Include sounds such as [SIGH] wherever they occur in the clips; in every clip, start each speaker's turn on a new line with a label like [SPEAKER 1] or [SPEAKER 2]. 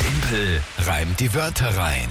[SPEAKER 1] Tempel reimt die Wörter rein.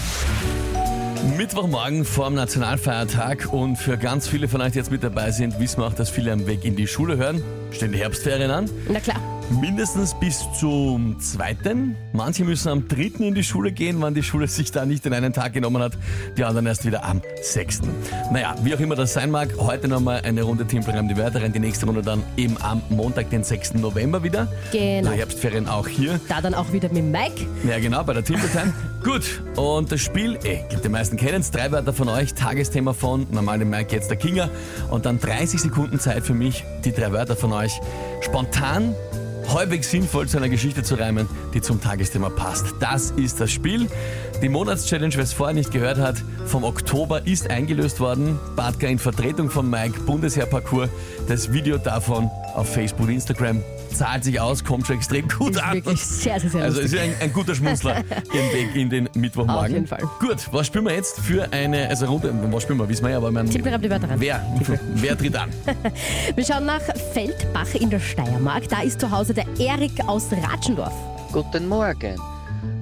[SPEAKER 2] Mittwochmorgen vor dem Nationalfeiertag und für ganz viele von euch, die jetzt mit dabei sind, wissen wir auch, dass viele am Weg in die Schule hören. Stehen die Herbstferien an.
[SPEAKER 3] Na klar.
[SPEAKER 2] Mindestens bis zum zweiten. Manche müssen am dritten in die Schule gehen, wann die Schule sich da nicht in einen Tag genommen hat. Die anderen erst wieder am sechsten. Naja, wie auch immer das sein mag, heute nochmal eine Runde Timpel reimt die Wörter rein. Die nächste Runde dann eben am Montag, den 6. November wieder.
[SPEAKER 3] Genau.
[SPEAKER 2] Na, Herbstferien auch hier.
[SPEAKER 3] Da dann auch wieder mit Mike.
[SPEAKER 2] Ja, genau, bei der
[SPEAKER 3] [LAUGHS]
[SPEAKER 2] Timpeltime. Gut, und das Spiel, eh, gibt die meisten kennen es. Drei Wörter von euch, Tagesthema von normal den Mike, jetzt der Kinga. Und dann 30 Sekunden Zeit für mich, die drei Wörter von euch spontan, halbwegs sinnvoll zu einer Geschichte zu reimen, die zum Tagesthema passt. Das ist das Spiel. Die Monatschallenge, wer es vorher nicht gehört hat, vom Oktober ist eingelöst worden. Bartka in Vertretung von Mike, Bundesheer-Parcours. Das Video davon auf Facebook, Instagram. Zahlt sich aus, kommt schon extrem gut
[SPEAKER 3] Ist
[SPEAKER 2] an.
[SPEAKER 3] wirklich sehr, sehr, sehr
[SPEAKER 2] Also
[SPEAKER 3] lustig.
[SPEAKER 2] ist ein, ein guter
[SPEAKER 3] [LAUGHS]
[SPEAKER 2] Schmunzler ihren Weg in den Mittwochmorgen.
[SPEAKER 3] Auf jeden Fall.
[SPEAKER 2] Gut, was spielen wir jetzt für eine, also Runde, was spielen wir, wissen wir ja, aber ich meine,
[SPEAKER 3] Tippel reimt die Wörter rein.
[SPEAKER 2] wer, [LAUGHS] wer tritt
[SPEAKER 3] [LAUGHS]
[SPEAKER 2] an?
[SPEAKER 3] Wir schauen nach Feldbach in der Steiermark. Da ist zu Hause der Erik aus Ratschendorf.
[SPEAKER 4] Guten Morgen.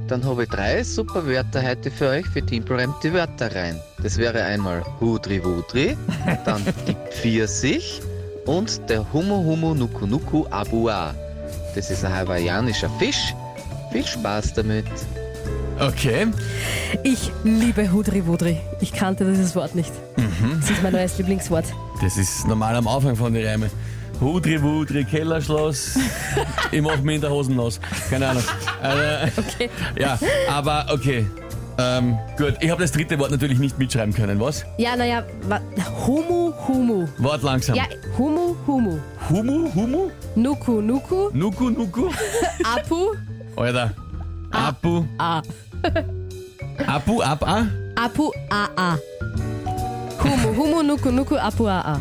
[SPEAKER 4] Dann habe ich drei super Wörter heute für euch für Timpel reimt die Wörter rein. Das wäre einmal Hudri Wudri, dann die Pfirsich und der Humu Humu Nuku Nuku Abua. Das ist ein hawaiianischer Fisch. Viel Spaß damit.
[SPEAKER 2] Okay,
[SPEAKER 3] Ich liebe Hudri Wudri. Ich kannte dieses Wort nicht. Das ist mein neues Lieblingswort.
[SPEAKER 2] das ist normal am Anfang von den Reimen. Hudri Wudri,
[SPEAKER 3] [LAUGHS]
[SPEAKER 2] Kellerschloss, ich mach mich in der Hosen los. Keine Ahnung. Also,
[SPEAKER 3] [LAUGHS] Okay.
[SPEAKER 2] ja, aber okay. Ähm, gut, ich habe das dritte Wort natürlich nicht mitschreiben können, was?
[SPEAKER 3] Ja, naja, Humu Humu.
[SPEAKER 2] Wort langsam.
[SPEAKER 3] Ja, Humu Humu.
[SPEAKER 2] Humu, Humu,
[SPEAKER 3] Nuku Nuku.
[SPEAKER 2] Nuku,
[SPEAKER 3] [LAUGHS]
[SPEAKER 2] Nuku.
[SPEAKER 3] Apu.
[SPEAKER 2] Alter. Apu.
[SPEAKER 3] A. Ah.
[SPEAKER 2] Apu, ab, a.
[SPEAKER 3] Apu A A. Humu Humu Nuku Nuku Apu A A.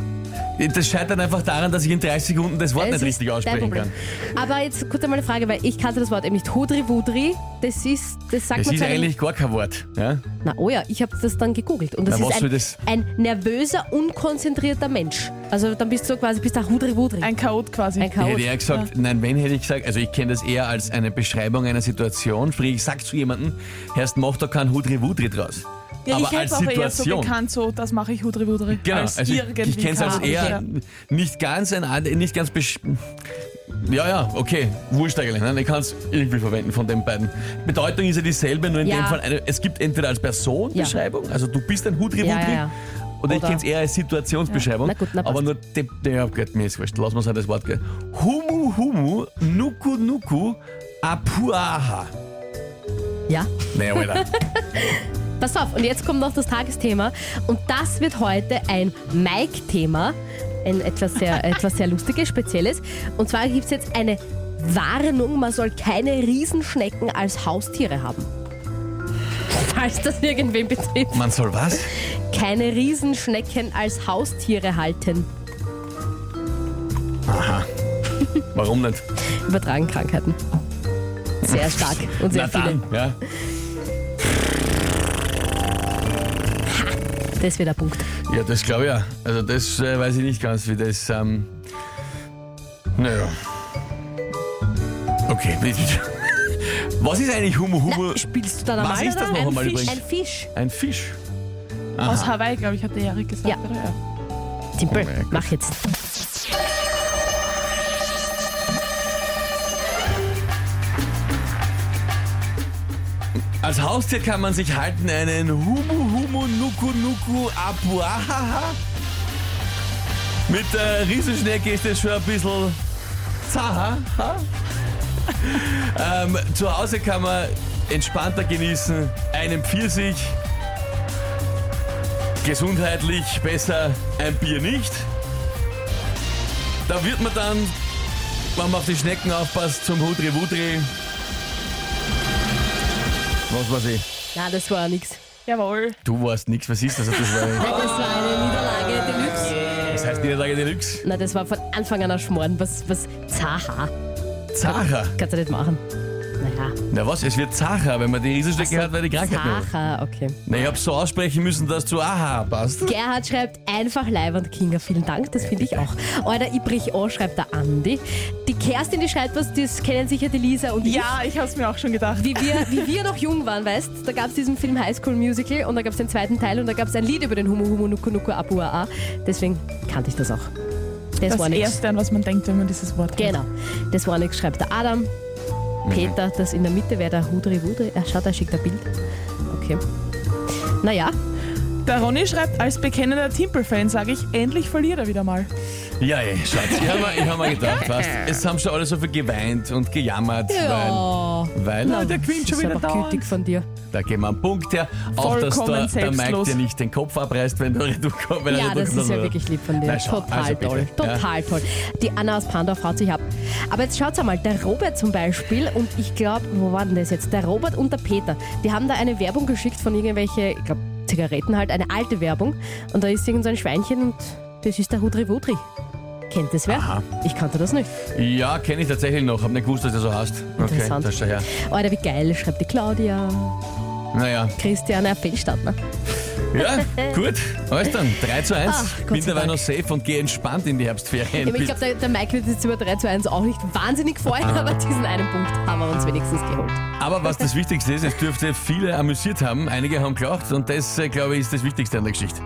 [SPEAKER 2] Das scheitert einfach daran, dass ich in 30 Sekunden das Wort
[SPEAKER 3] Es
[SPEAKER 2] nicht
[SPEAKER 3] ist
[SPEAKER 2] richtig
[SPEAKER 3] dein
[SPEAKER 2] aussprechen
[SPEAKER 3] Problem.
[SPEAKER 2] kann.
[SPEAKER 3] Aber jetzt kurz einmal eine Frage, weil ich kannte das Wort eben nicht. Hudri Wudri, das ist, das sagt
[SPEAKER 2] Das
[SPEAKER 3] man
[SPEAKER 2] ist
[SPEAKER 3] zu einem-
[SPEAKER 2] eigentlich gar kein Wort. Ja?
[SPEAKER 3] Na oh ja, ich habe das dann gegoogelt. Und das
[SPEAKER 2] Na, was
[SPEAKER 3] ist
[SPEAKER 2] soll
[SPEAKER 3] ein,
[SPEAKER 2] das?
[SPEAKER 3] ein nervöser, unkonzentrierter Mensch. Also dann bist du quasi, bist der Hudri Wudri.
[SPEAKER 5] Ein Chaot quasi.
[SPEAKER 3] Ein
[SPEAKER 2] Ich
[SPEAKER 3] Chaot.
[SPEAKER 2] hätte eher gesagt, nein, wenn hätte ich gesagt, also ich kenne das eher als eine Beschreibung einer Situation. Sprich, ich sag zu jemandem, Herrst, mach da kein Hudri-Wudri draus.
[SPEAKER 5] ja,
[SPEAKER 2] aber
[SPEAKER 5] ich hätte
[SPEAKER 2] als
[SPEAKER 5] auch eher so
[SPEAKER 2] Situation.
[SPEAKER 5] bekannt, so, das mache ich Hudri Wudri.
[SPEAKER 2] Genau,
[SPEAKER 5] als
[SPEAKER 2] also ich,
[SPEAKER 5] irgendwie
[SPEAKER 2] ich kenne es als
[SPEAKER 5] Chaot.
[SPEAKER 2] eher
[SPEAKER 5] Ja.
[SPEAKER 2] nicht ganz ein, and- nicht ganz besch ja, ja, okay, wurscht eigentlich. Nein, ich kann es irgendwie verwenden von den beiden. Bedeutung ist ja dieselbe, nur in
[SPEAKER 3] Ja.
[SPEAKER 2] dem Fall, eine, es gibt entweder als Personenbeschreibung, also du bist ein Hudri-Wudri,
[SPEAKER 3] Ja, ja, ja.
[SPEAKER 2] Oder ich
[SPEAKER 3] Oder-
[SPEAKER 2] kenne es eher als Situationsbeschreibung.
[SPEAKER 3] Ja. Na gut, na passt.
[SPEAKER 2] aber nur de, de, ja, gut, mir ist wurscht. Lass uns halt das Wort gehen. Humu Humu Nuku Nuku Apuaha.
[SPEAKER 3] Ja.
[SPEAKER 2] Nee, Alter.
[SPEAKER 3] [LAUGHS] Pass auf, und jetzt kommt noch das Tagesthema. Und das wird heute ein Mike-Thema. Ein
[SPEAKER 2] [LAUGHS]
[SPEAKER 3] etwas sehr, etwas sehr lustiges, spezielles. Und zwar gibt es jetzt eine Warnung, man soll keine Riesenschnecken als Haustiere haben. Falls das irgendwen betrifft.
[SPEAKER 2] Man soll was?
[SPEAKER 3] Keine Riesenschnecken als Haustiere halten.
[SPEAKER 2] Warum nicht?
[SPEAKER 3] übertragen Krankheiten. Sehr stark und sehr
[SPEAKER 2] Na
[SPEAKER 3] viele.
[SPEAKER 2] dann, ja.
[SPEAKER 3] Das wird der Punkt.
[SPEAKER 2] Ja, das glaube ich ja. Also das äh, weiß ich nicht ganz, wie das. Ähm, naja. Okay. [LAUGHS] Was ist eigentlich Humu Humu?
[SPEAKER 3] Spielst du da
[SPEAKER 2] Was ist das noch
[SPEAKER 3] ein
[SPEAKER 2] einmal
[SPEAKER 3] Fisch?
[SPEAKER 2] übrigens?
[SPEAKER 3] Ein Fisch.
[SPEAKER 2] Ein Fisch.
[SPEAKER 5] Aus Hawaii, glaube ich, hat der Erik gesagt.
[SPEAKER 3] Ja.
[SPEAKER 5] Oder? Ja.
[SPEAKER 3] Timpel,
[SPEAKER 2] Oh mein Gott.
[SPEAKER 3] mach jetzt.
[SPEAKER 2] Als Haustier kann man sich halten einen Humu Humu Nuku Nuku Apuahaha. Mit der Riesenschnecke ist das schon ein bisschen zaha. ha? ähm, zu Hause kann man entspannter genießen, einen Pfirsich, gesundheitlich besser ein Bier nicht. Da wird man dann, wenn man auf die Schnecken aufpasst, zum Hudri Wudri. Was weiß ich.
[SPEAKER 3] Na, das war nix.
[SPEAKER 5] Jawohl.
[SPEAKER 2] Du warst nix, was [LAUGHS] ist das? Also Das, war,
[SPEAKER 3] Das war eine Niederlage Deluxe.
[SPEAKER 2] das heißt Niederlage Deluxe.
[SPEAKER 3] Na, das war von Anfang an ein Schmoren. Was, was, zaha.
[SPEAKER 2] Zara.
[SPEAKER 3] Kannst du nicht machen. Naja.
[SPEAKER 2] Na was, es wird Zacher, wenn man die Riesenstücke hat, weil die Krankheit noch.
[SPEAKER 3] Sacher, okay.
[SPEAKER 2] Na, ich hab's so aussprechen müssen, dass zu Aha passt.
[SPEAKER 3] Gerhard schreibt einfach live und Kinga, vielen Dank, das finde ich auch. Euer Ibrich O schreibt der Andi. Die Kerstin, die schreibt was, das kennen sicher die Lisa und
[SPEAKER 5] Ja, ich hab's mir auch schon gedacht.
[SPEAKER 3] ich. Wie wir, wie wir noch jung waren, weißt da gab es diesen Film High School Musical und da gab es den zweiten Teil und da gab es ein Lied über den Humu Humu Nuku Nuku Apu A. A. Deswegen kannte ich das auch. Das,
[SPEAKER 5] Das
[SPEAKER 3] war nix.
[SPEAKER 5] Erste, an was man denkt, wenn man dieses Wort hört.
[SPEAKER 3] Genau, das war nix, schreibt der Adam. Peter, das in der Mitte wäre der Hudri Wudri. Er schaut, er schickt ein Bild. Okay. Naja,
[SPEAKER 5] Der Ronny schreibt, als bekennender Timpel-Fan sage ich, endlich verliert er wieder mal.
[SPEAKER 2] Ja, ey, Schatz, ich hab mir, ich hab mir [LAUGHS] gedacht, weißt, es haben schon alle so viel geweint und gejammert,
[SPEAKER 3] Ja.
[SPEAKER 2] weil, weil
[SPEAKER 3] Na,
[SPEAKER 2] oh, der gewinnt schon
[SPEAKER 3] das ist
[SPEAKER 2] wieder
[SPEAKER 3] aber gütig
[SPEAKER 2] dauernd.
[SPEAKER 3] von dir.
[SPEAKER 2] Da geben wir einen Punkt her. Auch, dass
[SPEAKER 5] Vollkommen
[SPEAKER 2] der, der Mike
[SPEAKER 5] selbstlos.
[SPEAKER 2] dir nicht den Kopf abreißt, wenn du [LAUGHS] Retour kommst. Wenn er
[SPEAKER 3] Ja,
[SPEAKER 2] Retour
[SPEAKER 3] das
[SPEAKER 2] kommt,
[SPEAKER 3] ist ja
[SPEAKER 2] oder?
[SPEAKER 3] wirklich lieb von dir.
[SPEAKER 2] Na, schau,
[SPEAKER 3] Total
[SPEAKER 2] also bitte.
[SPEAKER 3] toll. Total toll. Die Anna aus Pandorf haut sich ab. Aber jetzt schaut's einmal, der Robert zum Beispiel und ich glaube, wo war denn das jetzt? Der Robert und der Peter, die haben da eine Werbung geschickt von irgendwelche, ich glaube, Zigaretten halt, eine alte Werbung. Und da ist irgend so ein Schweinchen und das ist der Hudri Wudri. Kennt das wer?
[SPEAKER 2] Aha.
[SPEAKER 3] Ich kannte das nicht.
[SPEAKER 2] Ja, kenne ich tatsächlich noch. Hab nicht gewusst, dass du so hast. Okay,
[SPEAKER 3] Interessant.
[SPEAKER 2] das ist schon her.
[SPEAKER 3] Oder wie geil, schreibt die Claudia,
[SPEAKER 2] Naja,
[SPEAKER 3] Christiane Feldstadtner.
[SPEAKER 2] [LAUGHS] ja, gut. Alles dann, 3 zu 1.
[SPEAKER 3] Ach, Gott sei
[SPEAKER 2] Bin dabei
[SPEAKER 3] Dank.
[SPEAKER 2] noch safe und gehe entspannt in die Herbstferien.
[SPEAKER 3] Ich, ich glaube, der, der Mike wird jetzt über 3 zu 1 auch nicht wahnsinnig freuen,
[SPEAKER 2] Ah.
[SPEAKER 3] aber diesen einen Punkt haben wir uns wenigstens geholt.
[SPEAKER 2] Aber was äh, das Wichtigste ist, es dürfte viele amüsiert haben. Einige haben gelacht und das, glaube ich, ist das Wichtigste an der Geschichte.